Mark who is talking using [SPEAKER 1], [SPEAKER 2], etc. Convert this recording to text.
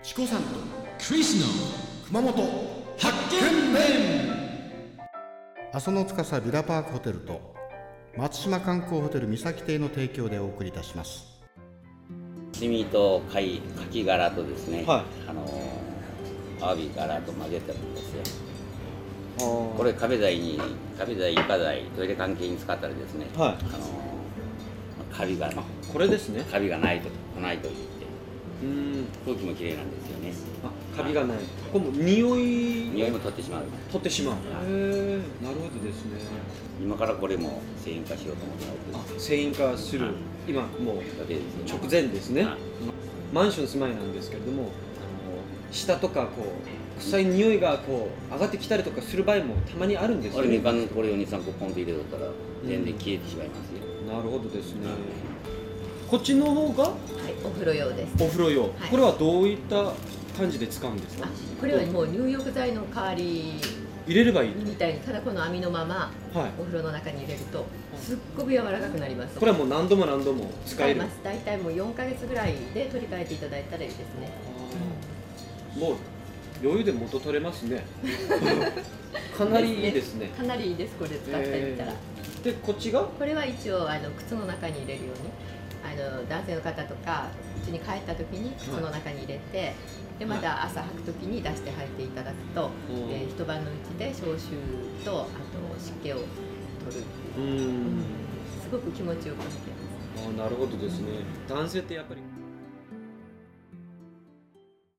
[SPEAKER 1] チコさんとクリスの熊本発見面
[SPEAKER 2] 阿蘇の司ビラパークホテルと松島観光ホテル三崎邸の提供でお送りいたします
[SPEAKER 3] シミと貝、カキ殻とですね、
[SPEAKER 4] はい
[SPEAKER 3] あのアワビ殻と混ぜてるんですよ。こ
[SPEAKER 4] こ
[SPEAKER 3] れ壁材に壁材、床材、トイレ関係に使ったらですね、
[SPEAKER 4] は
[SPEAKER 3] あのカビが
[SPEAKER 4] いこれですね
[SPEAKER 3] カビがないと来ないと言って
[SPEAKER 4] うん
[SPEAKER 3] 空気もきれいなんですよね。
[SPEAKER 4] あカビがないここも匂い
[SPEAKER 3] 匂いも取ってしまう。
[SPEAKER 4] 取ってしまうへえなるほどですね
[SPEAKER 3] 今からこれも繊維化しようと思ってま
[SPEAKER 4] あ繊維化する
[SPEAKER 3] はい
[SPEAKER 4] 今もう
[SPEAKER 3] す。だけですね。
[SPEAKER 4] 直前ですね
[SPEAKER 3] はい
[SPEAKER 4] マンション住まいなんですけれどもあの下とかこう臭い匂いがこう上がってきたりとかする場合もたまにあるんです
[SPEAKER 3] こ
[SPEAKER 4] よ
[SPEAKER 3] れ
[SPEAKER 4] ね
[SPEAKER 3] みか
[SPEAKER 4] なんる
[SPEAKER 3] のこれを二三個ポンと入れとったら全然消えてしまいますよ。
[SPEAKER 4] ほどですね
[SPEAKER 3] はい
[SPEAKER 4] こっちの方が
[SPEAKER 5] はい、お風呂用です。
[SPEAKER 4] お風呂用、
[SPEAKER 5] い
[SPEAKER 4] これはどういった感じで使うんです
[SPEAKER 5] あ
[SPEAKER 4] か
[SPEAKER 5] これはもう入浴剤の代わり
[SPEAKER 4] 入れればいい
[SPEAKER 5] みたいにただこの網のまま
[SPEAKER 4] はい
[SPEAKER 5] お風呂の中に入れるとすっごく柔らかくなります。
[SPEAKER 4] これはもう何度も何度も使
[SPEAKER 5] 使
[SPEAKER 4] え
[SPEAKER 5] え
[SPEAKER 4] る
[SPEAKER 5] ます。大体もう4ヶ月ぐらいで取り替えていただいたらいいですね。
[SPEAKER 4] もう余裕で元取れます ねかなりいいですね
[SPEAKER 5] かなりいいです。これ使ってみたら。
[SPEAKER 4] へでこっちが
[SPEAKER 5] これは一応あの靴の中に入れるようにあの男性の方とかうちに帰った時に靴の中に入れて、でまた朝履く時に出して履いていただくと、
[SPEAKER 4] うん
[SPEAKER 5] えー一晩のうちで消臭とあと湿気を取る
[SPEAKER 4] うーん
[SPEAKER 5] すごく気持ちよく履けます
[SPEAKER 4] あーなるほどですね男性ってやっぱり